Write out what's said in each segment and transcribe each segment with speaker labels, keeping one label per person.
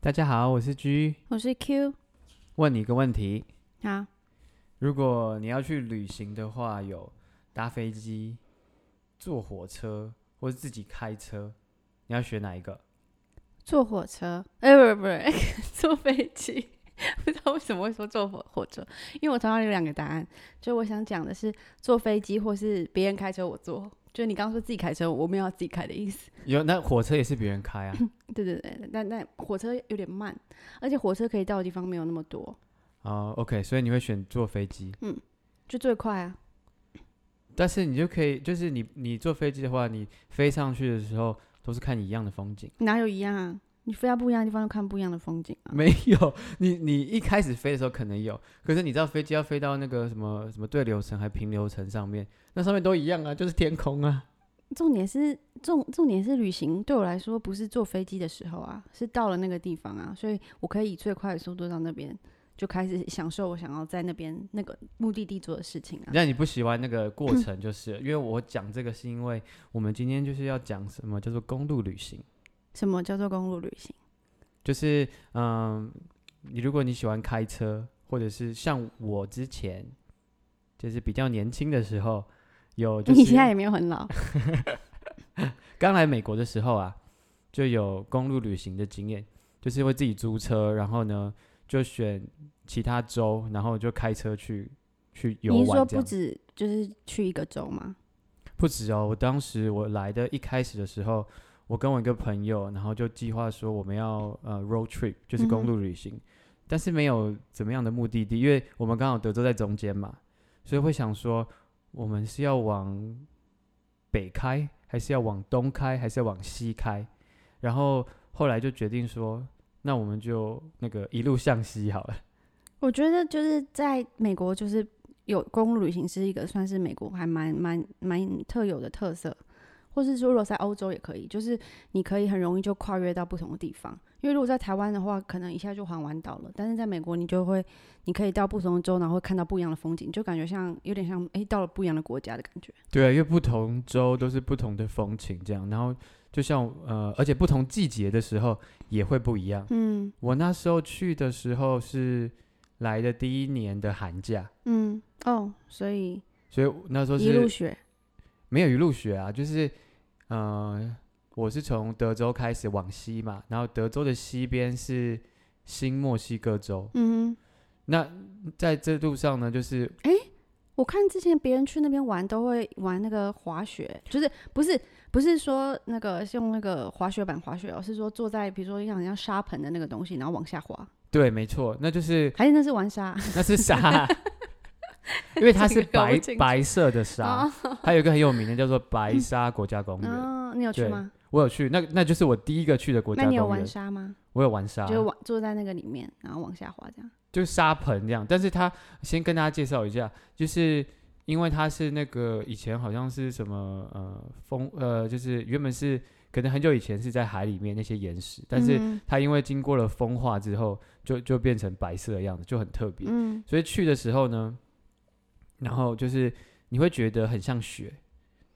Speaker 1: 大家好，我是 G。
Speaker 2: 我是 Q。
Speaker 1: 问你一个问题：
Speaker 2: 好，
Speaker 1: 如果你要去旅行的话，有搭飞机、坐火车或是自己开车，你要选哪一个？
Speaker 2: 坐火车，哎、不是 不是，坐飞机。 不知道为什么会说坐火火车，因为我头脑有两个答案，就我想讲的是坐飞机或是别人开车我坐。就你刚刚说自己开车，我没有要自己开的意思。
Speaker 1: 有那火车也是别人开 啊。
Speaker 2: 对对对，但但火车有点慢，而且火车可以到的地方没有那么多，
Speaker 1: 哦、o k 所以你会选坐飞机，
Speaker 2: 就最快啊。
Speaker 1: 但是你就可以，就是你你坐飞机的话，你飞上去的时候都是看一样的风景。
Speaker 2: 哪有一样啊？你飞到不一样的地方，就看不一样的风景啊。
Speaker 1: 没有，你你一开始飞的时候可能有，可是你知道飞机要飞到那个什么什么对流层还平流层上面，那上面都一样啊，就是天空啊。
Speaker 2: 重点是重重点是旅行对我来说不是坐飞机的时候啊，是到了那个地方啊，所以我可以以最快的速度到那边，就开始享受我想要在那边那个目的地做的事情啊。
Speaker 1: 那你不喜欢那个过程，就是 了因为我讲这个是因为我们今天就是要讲什么叫做公路旅行，
Speaker 2: 什么叫做公路旅行？
Speaker 1: 就是嗯，你如果你喜欢开车，或者是像我之前就是比较年轻的时候，有就是
Speaker 2: 你现在也没有很老，
Speaker 1: 刚来美国的时候啊，就有公路旅行的经验，就是会自己租车，然后呢就选其他州，然后就开车去去游
Speaker 2: 你是说
Speaker 1: 玩这
Speaker 2: 不
Speaker 1: 样。
Speaker 2: 止就是去一个州吗？
Speaker 1: 不止哦，我当时我来的一开始的时候，我跟我一个朋友，然后就计划说我们要呃 road trip，就是公路旅行，但是没有怎么样的目的地，因为我们刚好德州在中间嘛，所以会想说我们是要往北开，还是要往东开，还是要往西开？然后后来就决定说，那我们就那个一路向西好了。
Speaker 2: 我觉得就是在美国，就是有公路旅行是一个算是美国还蛮蛮蛮特有的特色，或是说如果在欧洲也可以，就是你可以很容易就跨越到不同的地方。因为如果在台湾的话，可能一下就环完岛了，但是在美国你就会，你可以到不同的州，然后会看到不一样的风景，就感觉像有点像诶，到了不一样的国家的感觉。
Speaker 1: 对啊，因为不同州都是不同的风情，这样，然后就像呃，而且不同季节的时候也会不一样。
Speaker 2: 嗯
Speaker 1: 我那时候去的时候是来的第一年的寒假，
Speaker 2: 嗯哦，所以
Speaker 1: 所以那时候
Speaker 2: 一路
Speaker 1: 是
Speaker 2: 雪
Speaker 1: 没有一路雪啊，就是呃，我是从德州开始往西嘛，然后德州的西边是新墨西哥州，
Speaker 2: 嗯哼。
Speaker 1: 那在这路上呢，就是
Speaker 2: 我看之前别人去那边玩都会玩那个滑雪，就是不是不是说那个是用那个滑雪板滑雪哦，是说坐在比如说像像沙盆的那个东西，然后往下滑，
Speaker 1: 对，没错，那就是
Speaker 2: 还是那是玩沙？
Speaker 1: 那是 沙，因为它
Speaker 2: 这个
Speaker 1: 是
Speaker 2: 搞不
Speaker 1: 白
Speaker 2: 清楚
Speaker 1: 白色的沙
Speaker 2: 哦，
Speaker 1: 还有一个很有名的叫做白沙国家公园，
Speaker 2: 嗯、你有去
Speaker 1: 对
Speaker 2: 吗？
Speaker 1: 我有去，那那就是我第一个去的国家
Speaker 2: 那你有
Speaker 1: 公
Speaker 2: 玩
Speaker 1: 园，啊
Speaker 2: 沙吗？
Speaker 1: 我有玩沙，
Speaker 2: 就是往坐在那个里面，然后往下滑这样。
Speaker 1: 就是沙盆这样。但是它先跟大家介绍一下，就是因为它是那个以前好像是什么呃风呃，就是原本是可能很久以前是在海里面那些岩石，但是
Speaker 2: 嗯
Speaker 1: 它因为经过了风化之后，就就变成白色的样子，就很特别。
Speaker 2: 嗯，
Speaker 1: 所以去的时候呢，然后就是你会觉得很像雪，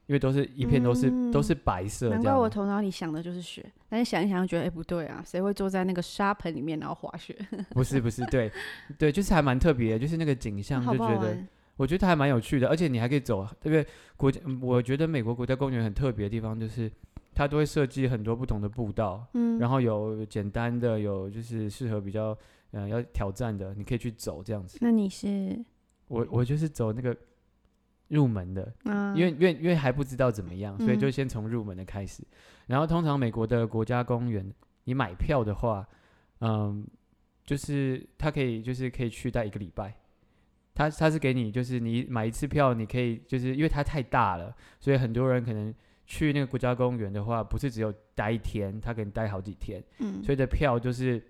Speaker 1: 因为都是一片都是、都
Speaker 2: 嗯
Speaker 1: 是白色这
Speaker 2: 难
Speaker 1: 样。
Speaker 2: 怪我头脑里想的就是雪，但是想一想又觉得哎、不对啊，谁会坐在那个沙盆里面然后滑雪？
Speaker 1: 不是 不是，对对，就是还蛮特别的，就是那个景象
Speaker 2: 好
Speaker 1: 就
Speaker 2: 不好
Speaker 1: 觉得，
Speaker 2: 玩？
Speaker 1: 我觉得还蛮有趣的，而且你还可以走，特别国家，嗯我觉得美国国家公园很特别的地方就是它都会设计很多不同的步道，
Speaker 2: 嗯，
Speaker 1: 然后有简单的，有就是适合比较嗯、呃要挑战的，你可以去走这样子。
Speaker 2: 那你是
Speaker 1: 我我就是走那个入门的，
Speaker 2: 啊？
Speaker 1: 因为因为因为还不知道怎么样，所以就
Speaker 2: 嗯
Speaker 1: 先从入门的开始。然后通常美国的国家公园，你买票的话，嗯，就是它可以就是可以去待一个礼拜。它它是给你就是你买一次票，你可以就是因为它太大了，所以很多人可能去那个国家公园的话，不是只有待一天，它可能待好几天。
Speaker 2: 嗯
Speaker 1: 所以的票就是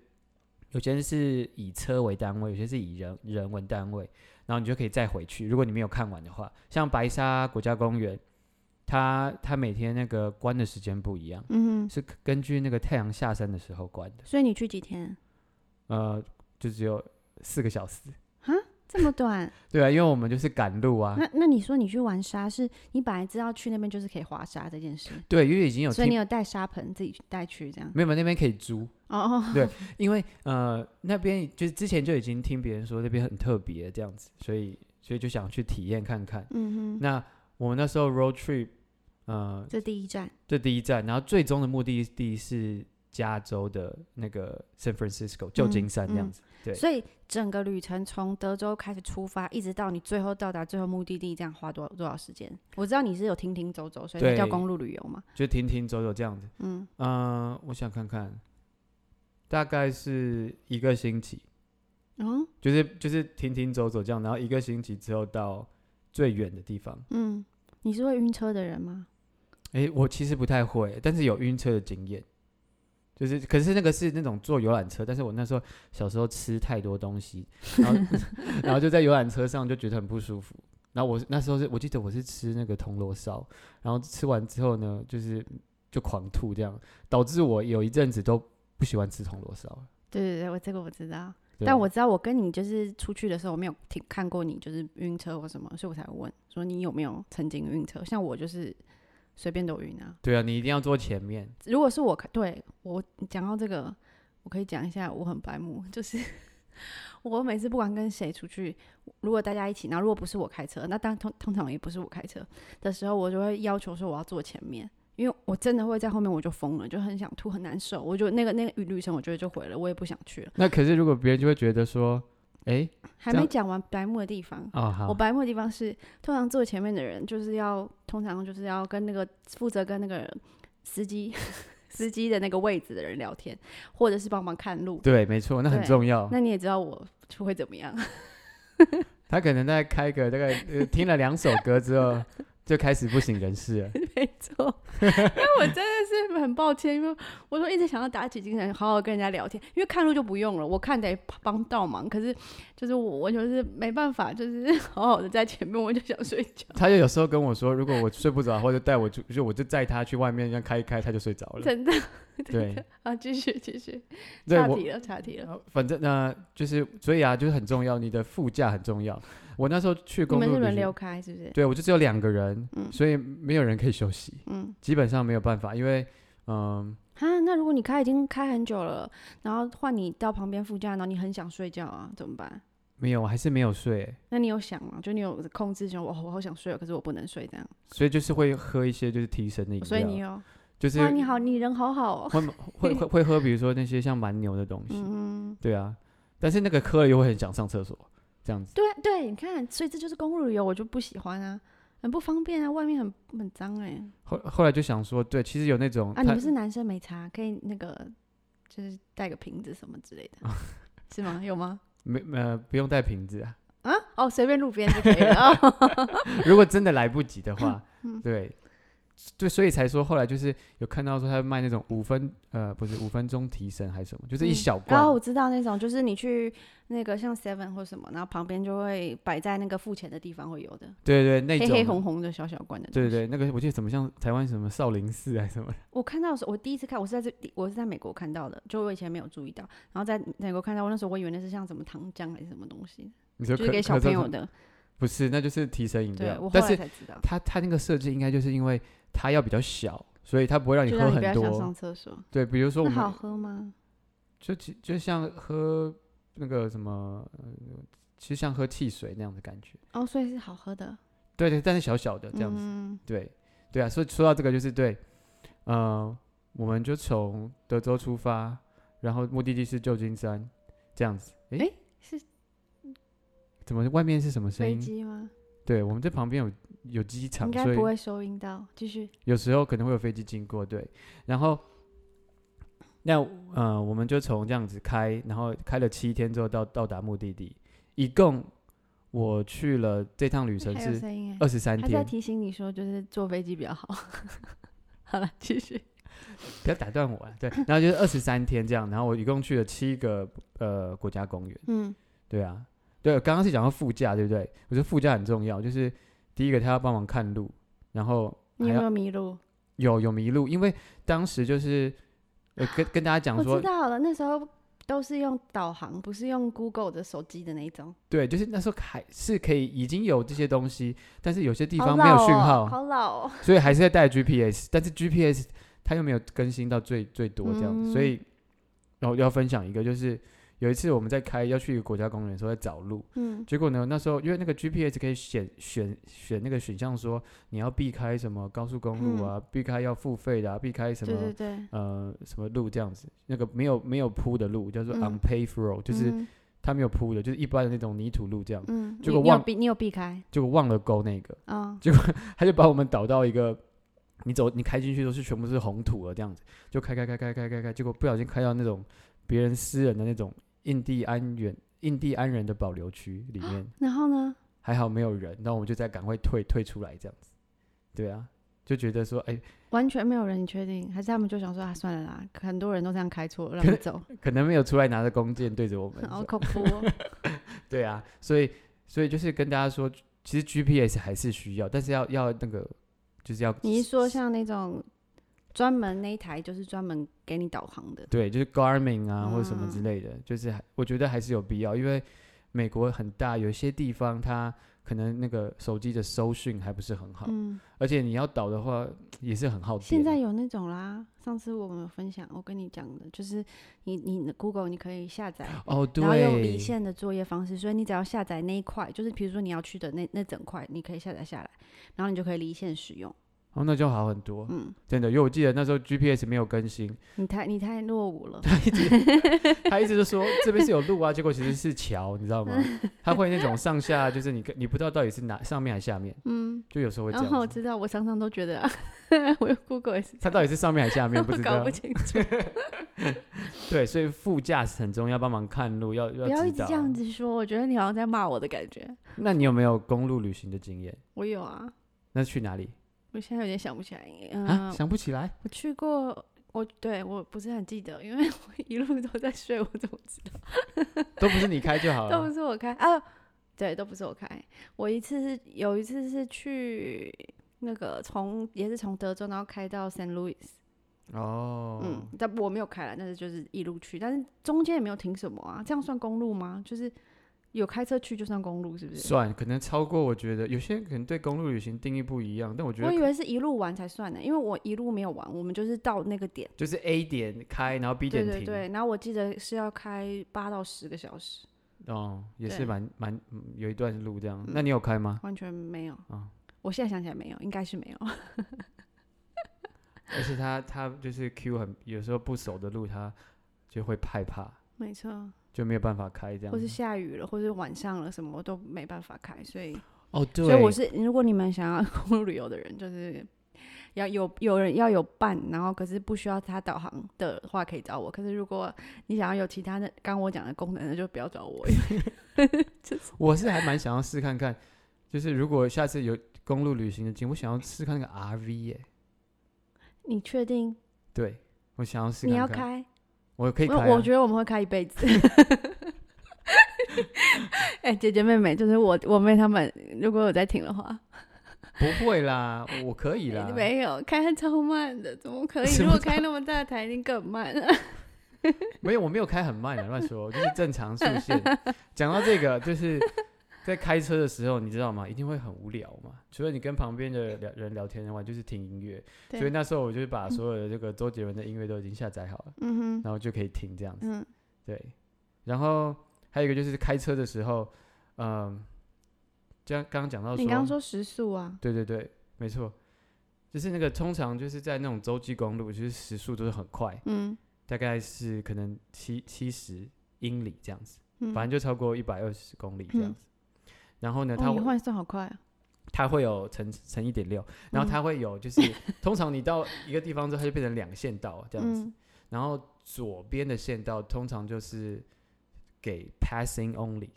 Speaker 1: 有些是以车为单位，有些是以人人为单位，然后你就可以再回去。如果你没有看完的话，像白沙国家公园，它它每天那个关的时间不一样，
Speaker 2: 嗯哼，
Speaker 1: 是根据那个太阳下山的时候关的，
Speaker 2: 所以你去几天？
Speaker 1: 呃，就只有四个小时
Speaker 2: 啊。这么短？
Speaker 1: 对啊，因为我们就是赶路啊。
Speaker 2: 那那你说你去玩沙，是你本来知道去那边就是可以滑沙这件事，
Speaker 1: 对，因为已经有
Speaker 2: 所以你
Speaker 1: 听，
Speaker 2: 有带沙盆自己去带去这样？
Speaker 1: 没有没有那边可以租，
Speaker 2: 哦哦，
Speaker 1: 对因为呃那边就是之前就已经听别人说那边很特别这样子，所以所以就想去体验看看。
Speaker 2: 嗯哼，
Speaker 1: 那我们那时候 road trip，呃，
Speaker 2: 这第一站，
Speaker 1: 这第一站，然后最终的目的地是加州的那个 San Francisco 旧金山这样子。对
Speaker 2: 嗯所以整个旅程从德州开始出发，一直到你最后到达最后目的地，这样花多多少时间？我知道你是有停停走走，所以那
Speaker 1: 对
Speaker 2: 叫公路旅游嘛。
Speaker 1: 就停停走走这样子。
Speaker 2: 嗯，
Speaker 1: 嗯、我想看看，大概是一个星期，
Speaker 2: 哦，
Speaker 1: 就是就是停停走走这样，然后一个星期之后到最远的地方。
Speaker 2: 嗯，你是会晕车的人吗？
Speaker 1: 诶，我其实不太会，但是有晕车的经验。就是，可是那个是那种坐游览车，但是我那时候小时候吃太多东西，然 后然后就在游览车上就觉得很不舒服。然后我是那时候是我记得我是吃那个铜锣烧，然后吃完之后呢，就是就狂吐这样，导致我有一阵子都不喜欢吃铜锣烧了。
Speaker 2: 对对对，我这个我知道，
Speaker 1: 对
Speaker 2: 但我知道我跟你就是出去的时候，我没有听看过你就是晕车或什么，所以我才问说你有没有曾经晕车？像我就是随便都晕啊。
Speaker 1: 对啊，你一定要坐前面，
Speaker 2: 如果是我，对我讲到这个，我可以讲一下，我很白目，就是 我每次不管跟谁出去，如果大家一起，然后如果不是我开车，那当然通通常也不是我开车的时候，我就会要求说我要坐前面。因为我真的会在后面，我就疯了，就很想吐，很难受，我就那个那个旅程，我觉得就毁了，我也不想去了。
Speaker 1: 那可是如果别人就会觉得说，哎，
Speaker 2: 还
Speaker 1: 这样
Speaker 2: 没讲完白目的地方，
Speaker 1: 哦
Speaker 2: 我
Speaker 1: 好，
Speaker 2: 白目的地方是，通常坐前面的人就是要，通常就是要跟那个负责跟那个司机 司机的那个位置的人聊天，或者是帮忙看路。
Speaker 1: 对，没错，那很
Speaker 2: 对
Speaker 1: 重要。
Speaker 2: 那你也知道我就会怎么样，
Speaker 1: 他可能在开个大概、呃、听了两首歌之后，就开始不省人事 了。
Speaker 2: 没错，因为我真的是很抱歉，因为我说一直想要打起精神，好好跟人家聊天，因为看路就不用了，我看得帮到忙，可是就是我我就是没办法，就是 好好的在前面，我就想睡觉。
Speaker 1: 他就有时候跟我说，如果我睡不着，或者带我出，就我就载他去外面这样开一开，他就睡着了。
Speaker 2: 真的， 真的
Speaker 1: 对
Speaker 2: 啊，继续继续，
Speaker 1: 对
Speaker 2: 岔
Speaker 1: 我，
Speaker 2: 题了，岔题了。
Speaker 1: 呃反正呢、呃就是所以啊，就是很重要，你的副驾很重要。我那时候去
Speaker 2: 你
Speaker 1: 公
Speaker 2: 们
Speaker 1: 路
Speaker 2: 是轮
Speaker 1: 旅
Speaker 2: 流
Speaker 1: 行，
Speaker 2: 开是不是？
Speaker 1: 对我就只有两个人，
Speaker 2: 嗯
Speaker 1: 所以没有人可以休息，
Speaker 2: 嗯，
Speaker 1: 基本上没有办法，因为嗯、
Speaker 2: 啊，那如果你开已经开很久了，然后换你到旁边副驾，然后你很想睡觉啊，怎么办？
Speaker 1: 没有，我还是没有睡、
Speaker 2: 那你有想吗？就你有控制说，我我好想睡哦，可是我不能睡这样。
Speaker 1: 所以就是会喝一些就是提神的饮料，
Speaker 2: 所以你有
Speaker 1: 就是
Speaker 2: 哇，你好，你人好 好哦。
Speaker 1: 会会会会喝，比如说那些像蛮牛的东西，
Speaker 2: 嗯，
Speaker 1: 对啊，但是那个喝了又会很想上厕所，这样子。
Speaker 2: 对对，你看，所以这就是公路旅游，我就不喜欢啊，很不方便啊，外面很很脏哎、
Speaker 1: 后后来就想说，对，其实有那种
Speaker 2: 啊，你
Speaker 1: 他
Speaker 2: 们是男生没差，可以那个就是带个瓶子什么之类的，是吗？有吗？
Speaker 1: 没呃不用带瓶子啊，
Speaker 2: 啊，哦，随便路边就可以了。 哦
Speaker 1: 如果真的来不及的话，
Speaker 2: 嗯
Speaker 1: 对。对，所以才说后来就是有看到说他卖那种五分呃不是五分钟提神还是什么，就是一
Speaker 2: 嗯
Speaker 1: 小罐
Speaker 2: 然，后我知道那种，就是你去那个像 Seven 或什么，然后旁边就会摆在那个付钱的地方会有的，
Speaker 1: 对对，那
Speaker 2: 黑
Speaker 1: 种
Speaker 2: 黑红红的小小罐的。
Speaker 1: 对对，对，那个我记得怎么像台湾什么少林寺还是什么，
Speaker 2: 我看到的时候，我第一次看，我是在这，我是在美国看到的，就我以前没有注意到，然后在美国看到，我那时候我以为那是像什么糖浆还是什么东西，
Speaker 1: 你说
Speaker 2: 就是
Speaker 1: 咳
Speaker 2: 给小
Speaker 1: 咳嗽
Speaker 2: 朋
Speaker 1: 什
Speaker 2: 友
Speaker 1: 么
Speaker 2: 的。
Speaker 1: 不是，那就是提神饮
Speaker 2: 对
Speaker 1: 料
Speaker 2: 我，后
Speaker 1: 但
Speaker 2: 来
Speaker 1: 是
Speaker 2: 才知道，
Speaker 1: 它它那个设计应该就是因为它要比较小，所以它不会让你
Speaker 2: 就
Speaker 1: 喝
Speaker 2: 让你不要
Speaker 1: 很
Speaker 2: 想上
Speaker 1: 多。
Speaker 2: 厕所。
Speaker 1: 对，比如说我
Speaker 2: 那
Speaker 1: 们
Speaker 2: 好喝吗？
Speaker 1: 就其就像喝那个什么，呃其实像喝汽水那样的感觉。
Speaker 2: 哦，所以是好喝的，
Speaker 1: 对对，但是小小的这样子。
Speaker 2: 嗯
Speaker 1: 对对啊，所以说到这个就是对，呃，我们就从德州出发，然后目的地是旧金山，这样子。诶、
Speaker 2: 诶是
Speaker 1: 怎么外面是什么声
Speaker 2: 飞
Speaker 1: 音？
Speaker 2: 机吗？
Speaker 1: 对，我们这旁边有有机
Speaker 2: 应
Speaker 1: 场，
Speaker 2: 该
Speaker 1: 所以
Speaker 2: 不会收音到。继续，
Speaker 1: 有时候可能会有飞机经过，对。然后，那呃，我们就从这样子开，然后开了七天之后到到达目的地，一共我去了这趟旅程
Speaker 2: 还有
Speaker 1: 是
Speaker 2: 声音哎。
Speaker 1: 二十三
Speaker 2: 他在
Speaker 1: 天。
Speaker 2: 提醒你说，就是坐飞机比较好。 好了，继续。
Speaker 1: 不要打断我啊！ 对，然后就是二十三天这样，然后我一共去了七个呃国家公园，
Speaker 2: 嗯，
Speaker 1: 对啊，对，刚刚是讲到副驾，对不对？我觉得副驾很重要，就是第一个他要帮忙看路，然后
Speaker 2: 你
Speaker 1: 还
Speaker 2: 有没
Speaker 1: 要
Speaker 2: 有迷路？
Speaker 1: 有有迷路，因为当时就是呃跟跟大家讲
Speaker 2: 我
Speaker 1: 说
Speaker 2: 知，道了，那时候都是用导航，不是用 Google 的手机的那一种。
Speaker 1: 对，就是那时候还是可以已经有这些东西，但是有些地
Speaker 2: 好
Speaker 1: 方没有
Speaker 2: 老
Speaker 1: 讯
Speaker 2: 哦
Speaker 1: 号，啊
Speaker 2: 好老哦。
Speaker 1: 所以还是在带 GPS，但是 GPS 它又没有更新到最最多这样子，所
Speaker 2: 嗯
Speaker 1: 以然后要分享一个，就是有一次我们在开要去一个国家公园的时候在找路，
Speaker 2: 嗯
Speaker 1: 结果呢那时候因为那个 GPS 可以选选选那个选项说你要避开什么高速公路啊，避开要付费的啊，避开什么
Speaker 2: 嗯对对对，
Speaker 1: 呃什么路这样子，那个没有没有铺的路叫做
Speaker 2: 嗯
Speaker 1: unpaved road，、就是
Speaker 2: 嗯
Speaker 1: 它没有铺的，就是一般的那种泥土路这样，
Speaker 2: 嗯，
Speaker 1: 结
Speaker 2: 你
Speaker 1: 果
Speaker 2: 你有
Speaker 1: 忘
Speaker 2: 避你有避开
Speaker 1: 结果忘了勾那个。
Speaker 2: 啊？
Speaker 1: 他就把我们导到一个，你走你开进去都是全部是红土了这样子，就开开开开开开开，结果不小心开到那种别人私人的那种印第安人印第安人的保留区里面，
Speaker 2: 然后呢？
Speaker 1: 还好没有人，那我们就再赶快退退出来这样子，对啊，就觉得说哎、
Speaker 2: 完全没有人，你确定？还是他们就想说啊，算了啦，很多人都这样开错，让你 走，
Speaker 1: 可能没有出来拿着弓箭对着我们，
Speaker 2: 好恐怖 哦。
Speaker 1: 对啊，所以所以就是跟大家说，其实 GPS 还是需要，但是要要那个就是要
Speaker 2: 你一说像那种专门那一台，就是专门给你导航的，
Speaker 1: 对，就是 Garmin 啊、或者什么之
Speaker 2: 嗯
Speaker 1: 类的，就是还我觉得还是有必要，因为美国很大，有些地方它可能那个手机的搜讯还不是很好，
Speaker 2: 嗯，
Speaker 1: 而且你要导的话也是很耗电。
Speaker 2: 现在有那种啦。上次我们有分享，我跟你讲的，就是你你的 Google 你可以下载，
Speaker 1: 哦，对，
Speaker 2: 然后有离线的作业方式，所以你只要下载那一块，就是比如说你要去的那那整块，你可以下载下来，然后你就可以离线使用。
Speaker 1: 哦，那就好很多，
Speaker 2: 嗯，
Speaker 1: 真的，因为我记得那时候 GPS 没有更 新，
Speaker 2: 你太你太落伍 了。
Speaker 1: 他一直他一直就说这边是有路啊，结果其实是桥，你知 道吗？他会那种上下，就是你跟你不知道到底是哪上面还是下面，
Speaker 2: 嗯，
Speaker 1: 就有时候会这
Speaker 2: 然后我
Speaker 1: 样子。
Speaker 2: 知道，我常常都觉得、 啊，我用 Google 也是这
Speaker 1: 它
Speaker 2: 样，
Speaker 1: 到底是上面还是下面不
Speaker 2: 我
Speaker 1: 知
Speaker 2: 搞
Speaker 1: 道
Speaker 2: 不，清楚。
Speaker 1: 对，所以副驾驶很重要，帮忙看路，要要
Speaker 2: 不要一直
Speaker 1: 指导
Speaker 2: 这样。子说，我觉得你好像在骂我的感觉。
Speaker 1: 那你有没有公路旅行的经验？
Speaker 2: 我有啊，
Speaker 1: 那去哪里、
Speaker 2: 我现在有点想不起来。嗯、
Speaker 1: 啊？想不起来。
Speaker 2: 我去过，我对我不是很记得，因为 我一路都在睡，我怎么知道？
Speaker 1: 都不是你开就好
Speaker 2: 都不
Speaker 1: 了。
Speaker 2: 是我开啊，对，都不是我开。我一次是有一次是去那个从也是从德州，然后开到 San Luis，
Speaker 1: 哦，
Speaker 2: 嗯，但我没有开了，但是就是一路去，但是中间也没有停什么啊，这样算公路吗？就是有开车去就算公路是不是？
Speaker 1: 算可能超过。我觉得有些人可能对公路旅行定义不一样，但我觉
Speaker 2: 我
Speaker 1: 得
Speaker 2: 以
Speaker 1: 可
Speaker 2: 为是一路玩才算呢，因为我一路没有玩，我们就是到那个点，
Speaker 1: 就是 A 点开，然后 B
Speaker 2: 对
Speaker 1: 点
Speaker 2: 对
Speaker 1: 停。
Speaker 2: 对，然后我记得是要开八到十个小时，
Speaker 1: 哦，也是
Speaker 2: 对嗯
Speaker 1: 蛮蛮嗯有一段路这样。那你有开吗？
Speaker 2: 完全没有。
Speaker 1: 啊
Speaker 2: 我现在想起来没有，应该是没有。
Speaker 1: 而且他他就是 Q 很有时候不熟的路，他就会害怕，
Speaker 2: 没错，
Speaker 1: 就没有办法开这样
Speaker 2: 或
Speaker 1: 子。
Speaker 2: 是下雨了，或是晚上了，什么我都没办法开，所以
Speaker 1: 哦，对，
Speaker 2: 所以我是，如果你们想要 公路旅游的人，就是要有有人要有伴，然后可是不需要他导航的话，可以找我。可是如果你想要有其他的，刚刚我讲的功能的，就不要找我。因 为
Speaker 1: 我是还蛮想要试看看，就是如果下次有公路旅行的经验，我想要试看那个 RV 耶、
Speaker 2: 你确定
Speaker 1: 对我想要试看看。
Speaker 2: 你要开？
Speaker 1: 我可以
Speaker 2: 我
Speaker 1: 开、啊。
Speaker 2: 我觉得我们会开一辈子。 哎、姐姐妹妹，就是我我妹她们，如果有在听的话，
Speaker 1: 不会啦，我可 以啦。
Speaker 2: 没有开超慢的，怎么可以？
Speaker 1: 什
Speaker 2: 如
Speaker 1: 么
Speaker 2: 果开那么大的台，一定更慢。
Speaker 1: 没有，我没有开很慢的，乱说，就是正常速 限。讲到这个，就是在开车的时候，你知道吗？一定会很无聊嘛。除了你跟旁边的聊人聊天的话，就是听音乐。
Speaker 2: 对
Speaker 1: 所以那时候我就把所有的这个周杰伦的音乐都已经下载好了，
Speaker 2: 嗯哼，
Speaker 1: 然后就可以听这样子。
Speaker 2: 嗯，
Speaker 1: 对，然后还有一个就是开车的时候，嗯、这样刚刚讲到说，
Speaker 2: 你刚刚说时速啊，
Speaker 1: 对对对，没错，就是那个通常就是在那种洲际公路，就是时速都是很快，
Speaker 2: 嗯
Speaker 1: 大概是可能七七十英里这样子，
Speaker 2: 嗯，
Speaker 1: 反正就超过一百二十公里这样
Speaker 2: 嗯
Speaker 1: 子。然后呢，它
Speaker 2: 哦，你
Speaker 1: 会
Speaker 2: 换算好快啊！
Speaker 1: 它会有乘乘一点六，然
Speaker 2: 嗯
Speaker 1: 后它会有 就是，通常你到一个地方之后，它就变成两线道这样子。
Speaker 2: 嗯
Speaker 1: 然后左边的线道通常就是给 passing only，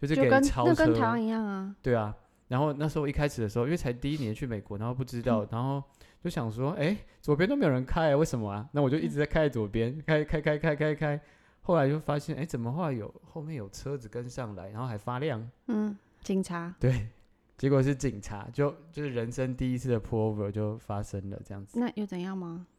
Speaker 1: 就是
Speaker 2: 就
Speaker 1: 给
Speaker 2: 跟
Speaker 1: 超
Speaker 2: 那
Speaker 1: 车。
Speaker 2: 跟台湾一样啊。
Speaker 1: 对啊，然后那时候一开始的时候，因为才第一年去美国，然后不知道，然后就想说，哎，左边都没有人开，为什么啊？那我就一直在开在左边，开开开开开开，后来就发现，哎，怎么后来有后面有车子跟上来，然后还发亮，
Speaker 2: 嗯，警察。
Speaker 1: 对，结果是警察，就就是人生第一次的 pull over 就发生了这样子，
Speaker 2: 那又怎样吗？
Speaker 1: 欸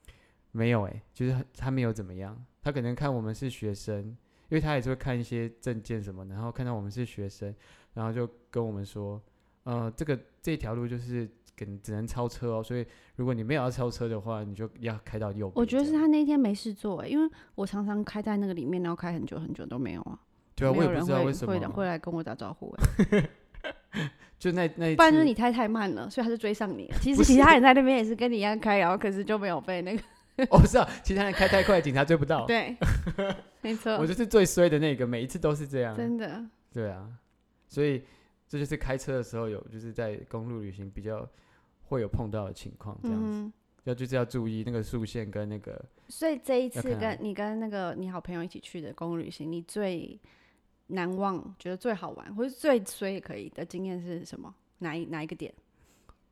Speaker 1: 没有哎、就是他没有怎么样，他可能看我们是学生，因为他也是会看一些证件什么，然后看到我们是学生，然后就跟我们说，呃，这个这条路就是跟只能超车哦，所以如果你没有要超车的话，你就要开到右边这样。
Speaker 2: 我觉得是他那一天没事做、欸，因为我常常开在那个里面，然后开很久很久都没有啊，
Speaker 1: 对啊，
Speaker 2: 没
Speaker 1: 我
Speaker 2: 有
Speaker 1: 也不
Speaker 2: 人
Speaker 1: 知道
Speaker 2: 会
Speaker 1: 为什
Speaker 2: 会会
Speaker 1: 么，
Speaker 2: 来跟我打招 呼、欸，
Speaker 1: 就那那一
Speaker 2: 不然就是
Speaker 1: 次
Speaker 2: 你开太慢了，所以他就追上你 了。其
Speaker 1: 不
Speaker 2: 实
Speaker 1: 是
Speaker 2: 其他人在那边也是跟你一样开，然后可是就没有被那个
Speaker 1: 哦，是啊，其他人开太快，警察追不到。
Speaker 2: 对，没错
Speaker 1: 哦我，就是最衰的那个，每一次都是这样。
Speaker 2: 真的
Speaker 1: 对啊，所以这就是开车的时候有，就是在公路旅行比较会有碰到的情况，这样子，
Speaker 2: 嗯哼。
Speaker 1: 要就是要注意那个速线跟那个
Speaker 2: 所以这一
Speaker 1: 要
Speaker 2: 次
Speaker 1: 看
Speaker 2: 跟
Speaker 1: 啊
Speaker 2: 你跟那个你好朋友一起去的公路旅行，你最难忘、觉得最好玩，或者最衰也可以的经验是什么？哪一哪一个点？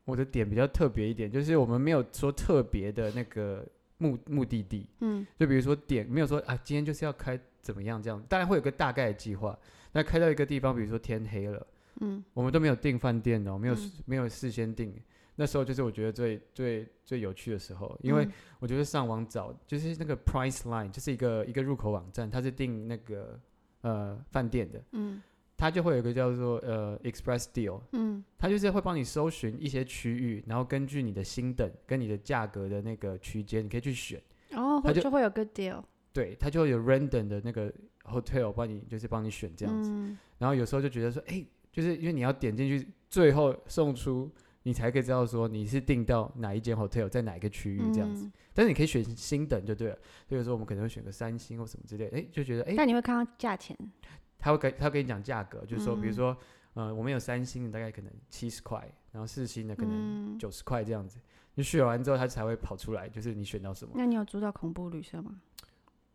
Speaker 1: 我的点比较特别一点，就是我们没有说特别的那个目目的地，
Speaker 2: 嗯，
Speaker 1: 就比如说点没有说啊，今天就是要开怎么样这样，当然会有个大概的计划。那开到一个地方，比如说天黑了，
Speaker 2: 嗯，
Speaker 1: 我们都没有订饭店哦，没有、
Speaker 2: 嗯
Speaker 1: 没有事先订。那时候就是我觉得最最最有趣的时候，因为
Speaker 2: 嗯
Speaker 1: 我觉得上网找就是那个 Price Line，就是一个一个入口网站，它是订那个呃饭店的，
Speaker 2: 嗯
Speaker 1: 它就会有一个叫做呃 Express Deal，
Speaker 2: 嗯
Speaker 1: 它就是会帮你搜寻一些区域，然后根据你的星等跟你的价格的那个区间，你可以去选。
Speaker 2: 哦，
Speaker 1: 他
Speaker 2: 会
Speaker 1: 就
Speaker 2: 就会有 good deal
Speaker 1: 对，它就会有 random 的那个 hotel 帮你，就是帮你选这样子。
Speaker 2: 嗯
Speaker 1: 然后有时候就觉得说，哎、就是因为你要点进去，最后送出，你才可以知道说你是订到哪一间 hotel 在哪一个区域这样子。
Speaker 2: 嗯
Speaker 1: 但是你可以选星等就对了，所以有时候我们可能会选个三星或什么之类的，哎、就觉得哎、
Speaker 2: 但你会看到价钱，
Speaker 1: 他会跟他会跟你讲价格，就是说，比
Speaker 2: 嗯
Speaker 1: 如说，呃，我们有三星的大概可能七十块，然后四星的可能
Speaker 2: 嗯
Speaker 1: 九十块这样子。你选完之后，它才会跑出来，就是你选到什么。
Speaker 2: 那你有住到恐怖旅社吗？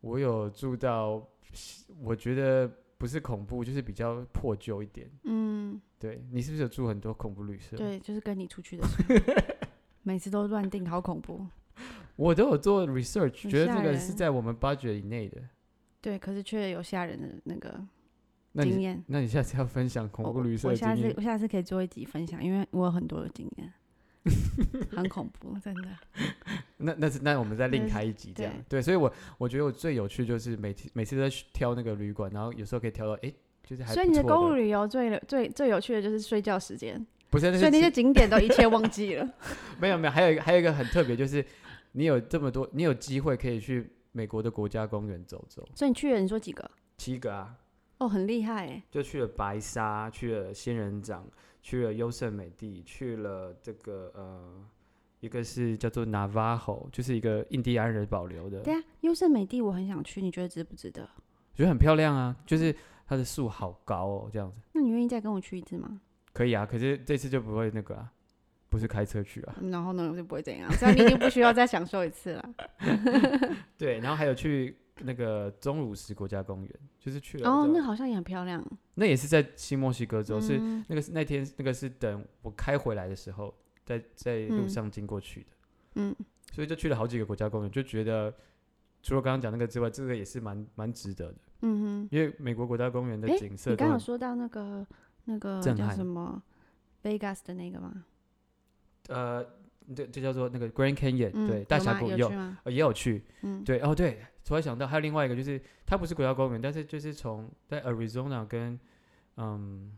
Speaker 1: 我有住到，我觉得不是恐怖，就是比较破旧一点。
Speaker 2: 嗯，
Speaker 1: 对你是不是有住很多恐怖旅社？，
Speaker 2: 对，就是跟你出去 的时候，每次都乱定，好恐怖。
Speaker 1: 我都有做 research，
Speaker 2: 很
Speaker 1: 觉得
Speaker 2: 吓
Speaker 1: 这个
Speaker 2: 人
Speaker 1: 是在我们 budget 以内的。
Speaker 2: 对，可是却有吓人的那个
Speaker 1: 那
Speaker 2: 经
Speaker 1: 你
Speaker 2: 验。
Speaker 1: 那你下次要分享恐
Speaker 2: 我
Speaker 1: 怖旅社
Speaker 2: 哦我
Speaker 1: 的
Speaker 2: 下
Speaker 1: 经
Speaker 2: 次
Speaker 1: 验，
Speaker 2: 我下次可以做一集分享，因为我有很多的经 验，很恐怖，真的。
Speaker 1: 那那是那我们再另
Speaker 2: 那是
Speaker 1: 开一集这样。
Speaker 2: 对
Speaker 1: 对，所以我我觉得我最有趣就是每次每次都在挑那个旅馆，然后有时候可以挑到哎、诶就是还
Speaker 2: 所以
Speaker 1: 不
Speaker 2: 你的
Speaker 1: 错
Speaker 2: 公路旅游最最最有趣的就是睡觉 时间，
Speaker 1: 不是，那
Speaker 2: 所以那
Speaker 1: 是
Speaker 2: 些景点都一切忘 记了。
Speaker 1: 没有没有，还有一个还有一个很特别，就是你有这么多，你有机会可以去美国的国家公园走走，
Speaker 2: 所以你去了，你说几个？
Speaker 1: 七个啊，
Speaker 2: 哦，很厉害哎。
Speaker 1: 就去了白沙，去了仙人掌，去了优胜美地，去了这个呃，一个是叫做 Navajo，就是一个印第安人保留的，
Speaker 2: 对啊，优胜美地我很想去，你觉得值不值得？
Speaker 1: 觉得很漂亮啊，就是它的树好高哦，这样子
Speaker 2: 那你愿意再跟我去一次吗？
Speaker 1: 可以啊，可是这次就不会那个啊，不是开车去啊，
Speaker 2: 嗯然后呢，我就不会怎样，所以你已经不需要再享受一次了。
Speaker 1: 对，然后还有去那个钟乳石国家公园，就是去了
Speaker 2: 哦，
Speaker 1: 这
Speaker 2: 那好像也很漂亮。
Speaker 1: 那也是在新墨西哥州，啊是
Speaker 2: 嗯
Speaker 1: 那个是那天那个是等我开回来的时候，在在路
Speaker 2: 嗯
Speaker 1: 上经过去的，
Speaker 2: 嗯，
Speaker 1: 所以就去了好几个国家公园，就觉得除了刚刚讲那个之外，这个也是蛮蛮值得的，
Speaker 2: 嗯
Speaker 1: 因为美国国家公园的
Speaker 2: 诶
Speaker 1: 景
Speaker 2: 哼，
Speaker 1: 色
Speaker 2: 你
Speaker 1: 都
Speaker 2: 刚
Speaker 1: 很、
Speaker 2: 有说到那个那个
Speaker 1: 震
Speaker 2: 叫
Speaker 1: 撼
Speaker 2: 什么 Vegas 的那个吗？
Speaker 1: 呃，这这叫做那个 Grand Canyon，、
Speaker 2: 嗯
Speaker 1: 对，大
Speaker 2: 有吗
Speaker 1: 峡谷
Speaker 2: 有去吗？
Speaker 1: 呃也有去，
Speaker 2: 嗯，
Speaker 1: 对，哦对，突然想到还有另外一个，就是它不是国家公园，但是就是从在 Arizona 跟嗯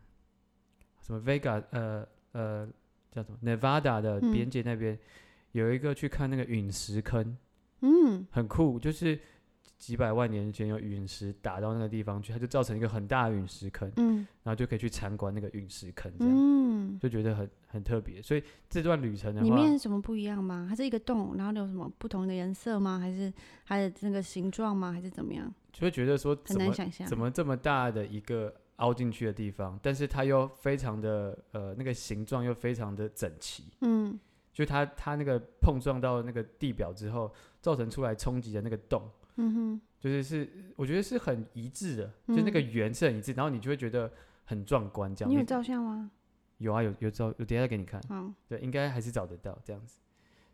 Speaker 1: 什么 Vega 呃呃叫什么 Nevada 的
Speaker 2: 嗯
Speaker 1: 边界那边、有一个去看那个陨石坑，
Speaker 2: 嗯，
Speaker 1: 很酷，就是几百万年前有陨石打到那个地方去，它就造成一个很大的陨石坑，
Speaker 2: 嗯
Speaker 1: 然后就可以去参观那个陨石坑，这样、
Speaker 2: 嗯，
Speaker 1: 就觉得很很特别。所以这段旅程的
Speaker 2: 里
Speaker 1: 话，
Speaker 2: 面有什么不一样吗？它是一个洞，然后有什么不同的颜色吗？还是它的那个形状吗？还是怎么样？
Speaker 1: 就会觉得说
Speaker 2: 很
Speaker 1: 怎
Speaker 2: 难
Speaker 1: 么
Speaker 2: 想象。
Speaker 1: 怎么这么大的一个凹进去的地方，但是它又非常的呃那个形状又非常的整齐，
Speaker 2: 嗯
Speaker 1: 就它它那个碰撞到那个地表之后造成出来冲击的那个洞，
Speaker 2: 嗯哼，
Speaker 1: 就是是我觉得是很一致的，就那个圆是很一致，然后你就会觉得很壮观这样。
Speaker 2: 嗯你有
Speaker 1: 你
Speaker 2: 照相吗？
Speaker 1: 有啊有有照，有等一下给你看，
Speaker 2: 好，
Speaker 1: 对，应该还是找得到这样子。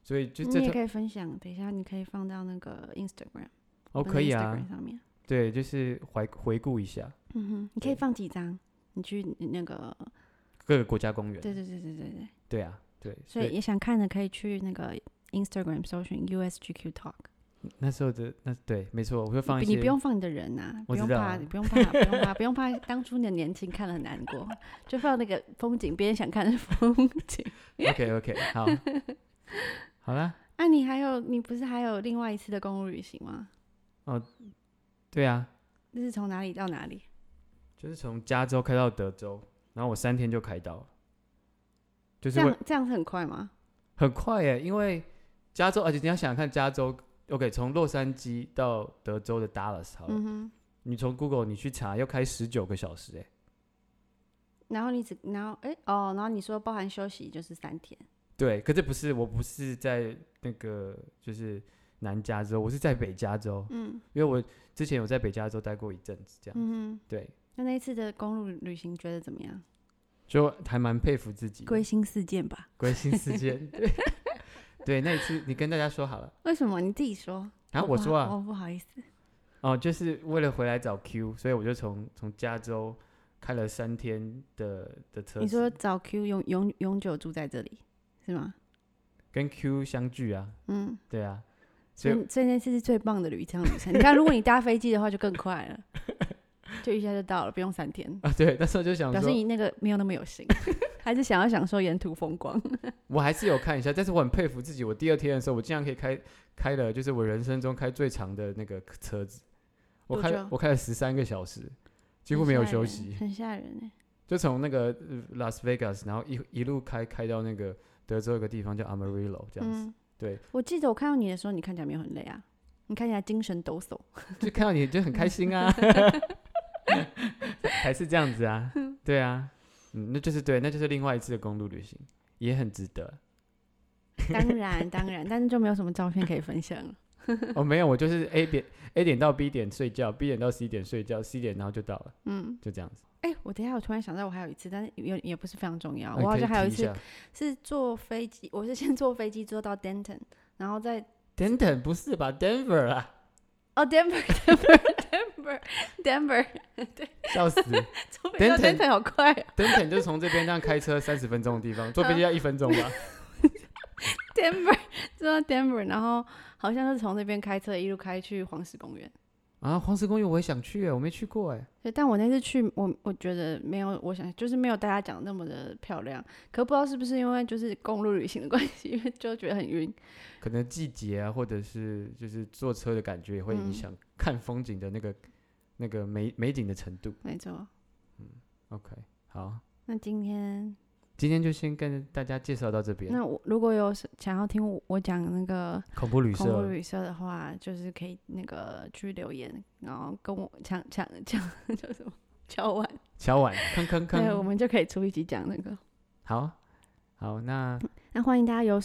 Speaker 1: 所以就
Speaker 2: 你
Speaker 1: 这
Speaker 2: 也
Speaker 1: 套
Speaker 2: 可以分享。等一下，你可以放到那个 Instagram，
Speaker 1: 哦
Speaker 2: 放到
Speaker 1: 可以啊
Speaker 2: Instagram，上面。
Speaker 1: 对，就是回回顾一下
Speaker 2: 嗯哼，你可以
Speaker 1: 对
Speaker 2: 放几张？你去那个，
Speaker 1: 各个国家公园，
Speaker 2: 对对对对对对，
Speaker 1: 对啊，对，
Speaker 2: 所以也想看的可以去那个 Instagram 搜寻 USGQ Talk。
Speaker 1: 那时候的那对，没错，我会放一
Speaker 2: 你
Speaker 1: 些。
Speaker 2: 你不用放你的人呐、
Speaker 1: 我
Speaker 2: 不用
Speaker 1: 知道啊
Speaker 2: 怕，你不用怕，不用怕，不用怕。当初你的年轻看了很难过，就放那个风景，别人想看的风 景。
Speaker 1: OK OK，好，好啦，
Speaker 2: 啊，你还有，你不是还有另外一次的公路旅行吗？
Speaker 1: 对啊，
Speaker 2: 那是从哪里到哪里？
Speaker 1: 就是从加州开到德州，然后我三天就开到了，就是
Speaker 2: 这
Speaker 1: 会
Speaker 2: 样这样是很快吗？
Speaker 1: 很快耶，因为加州，而且你要想想看加州，OK，从洛杉矶到德州的 Dallas 好了，
Speaker 2: 嗯哼。
Speaker 1: 你从 Google 你去查要开十九个小时哎，
Speaker 2: 然后你只，然后哎、哦，然后你说包含休息就是三天，
Speaker 1: 对，可这不是，我不是在那个就是南加州，我是在北加州，
Speaker 2: 嗯
Speaker 1: 因为我之前有在北加州待过一阵子，这样、
Speaker 2: 嗯哼。
Speaker 1: 对，
Speaker 2: 那那一次的公路旅行觉得怎么样？
Speaker 1: 就还蛮佩服自己的，
Speaker 2: 归心似箭吧？
Speaker 1: 归心似 箭，对对，那一次你跟大家说好了，
Speaker 2: 为什么你自己说？
Speaker 1: 然后
Speaker 2: 不
Speaker 1: 我
Speaker 2: 好
Speaker 1: 说啊，
Speaker 2: 我不好意思。
Speaker 1: 哦，就是为了回来找 Q，所以我就从从加州开了三天的的车子，
Speaker 2: 你说找 Q 永永永久住在这里是吗？
Speaker 1: 跟 Q 相聚啊，
Speaker 2: 嗯，
Speaker 1: 对啊，所
Speaker 2: 所
Speaker 1: 以
Speaker 2: 以所以那次是最棒的旅程旅程。你看，如果你搭飞机的话，就更快了，就一下就到了，不用三天，
Speaker 1: 啊，对，那时候就想
Speaker 2: 表示
Speaker 1: 说，
Speaker 2: 你那个没有那么 有心，还是想要享受沿途风光。
Speaker 1: 我还是有看一下，但是我很佩服自己，我第二天的时候，我竟然可以开开了，就是我人生中开最长的那个车子，我
Speaker 2: 多
Speaker 1: 开
Speaker 2: 久啊
Speaker 1: 了我开了十三个小时，几乎没有休息，
Speaker 2: 很吓人很吓人欸
Speaker 1: 就从那个呃 Las Vegas，然后一一路开开到那个德州有个地方叫 Amarillo 这样子。
Speaker 2: 嗯，
Speaker 1: 对，
Speaker 2: 我记得我看到你的时候，你看起来没有很累啊，你看起来精神 抖擞。
Speaker 1: 就看到你就很开心 啊， 才是这样子啊，对啊，嗯，那就是对，那就是另外一次的公路旅行，也很值得。
Speaker 2: 当然当然，但是就没有什么照片可以分享了。
Speaker 1: 哦，没有，我就是 A 点 A 点到 B 点睡觉，B 点到 C 点睡觉，C 点然后就到了，
Speaker 2: 嗯，
Speaker 1: 就这样子。
Speaker 2: 哎、我等一下我突然想到，我还有一次，但是也也不是非常重要。
Speaker 1: 那你
Speaker 2: 啊我好
Speaker 1: 可以
Speaker 2: 像还有一
Speaker 1: 提
Speaker 2: 次
Speaker 1: 下
Speaker 2: 是坐飞机，我是先坐飞机坐到 Denton，然后再
Speaker 1: 等等，不是吧？Denver 啊，
Speaker 2: 哦 Denver，Denver，Denver，Denver
Speaker 1: 笑死
Speaker 2: 坐飞机到
Speaker 1: Denton
Speaker 2: Denton 好快、哦、
Speaker 1: ！Denton 就是从这边这样开车三十分钟的地方，坐飞机要一分钟吧？
Speaker 2: ，Denver 坐到 Denver，然后好像是从这边开车一路开去黄石公园。
Speaker 1: 啊，黄石公园我也想去耶，我没去过哎。
Speaker 2: 对，但我那次去，我我觉得没有，我想就是没有大家讲的那么的漂亮。可不知道是不是因为就是公路旅行的关系， 因为就觉得很晕。
Speaker 1: 可能季节啊，或者是就是坐车的感觉，也会影
Speaker 2: 嗯
Speaker 1: 响看风景的那个、那个美美景的程度。
Speaker 2: 没错，
Speaker 1: OK，好，
Speaker 2: 那今天
Speaker 1: 今天就先跟大家介绍到这边。
Speaker 2: 那我如果有想要听我我讲那个
Speaker 1: 恐怖旅
Speaker 2: 恐怖
Speaker 1: 社，
Speaker 2: 旅社的话，就是可以那个去留言，然后跟我抢抢抢 叫什么敲碗，
Speaker 1: 敲碗，坑坑
Speaker 2: 对，我
Speaker 1: 坑。
Speaker 2: 们就可以出一集讲那个。
Speaker 1: 好，好，那
Speaker 2: 那欢迎大家有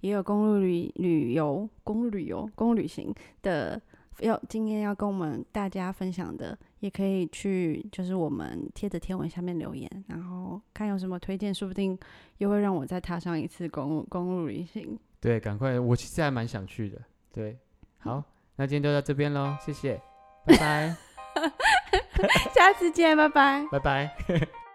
Speaker 2: 也有公路旅旅游、公路旅游、公路旅行的要今天要跟我们大家分享的，也可以去就是我们贴的贴文下面留言，然后看有什么推荐，说不定又会让我再踏上一次公路公路旅行。
Speaker 1: 对，赶快，我其实还蛮想去的。对，
Speaker 2: 嗯
Speaker 1: 好，那今天就到这边喽，谢谢，拜拜，
Speaker 2: 下次见，拜拜。
Speaker 1: 拜拜。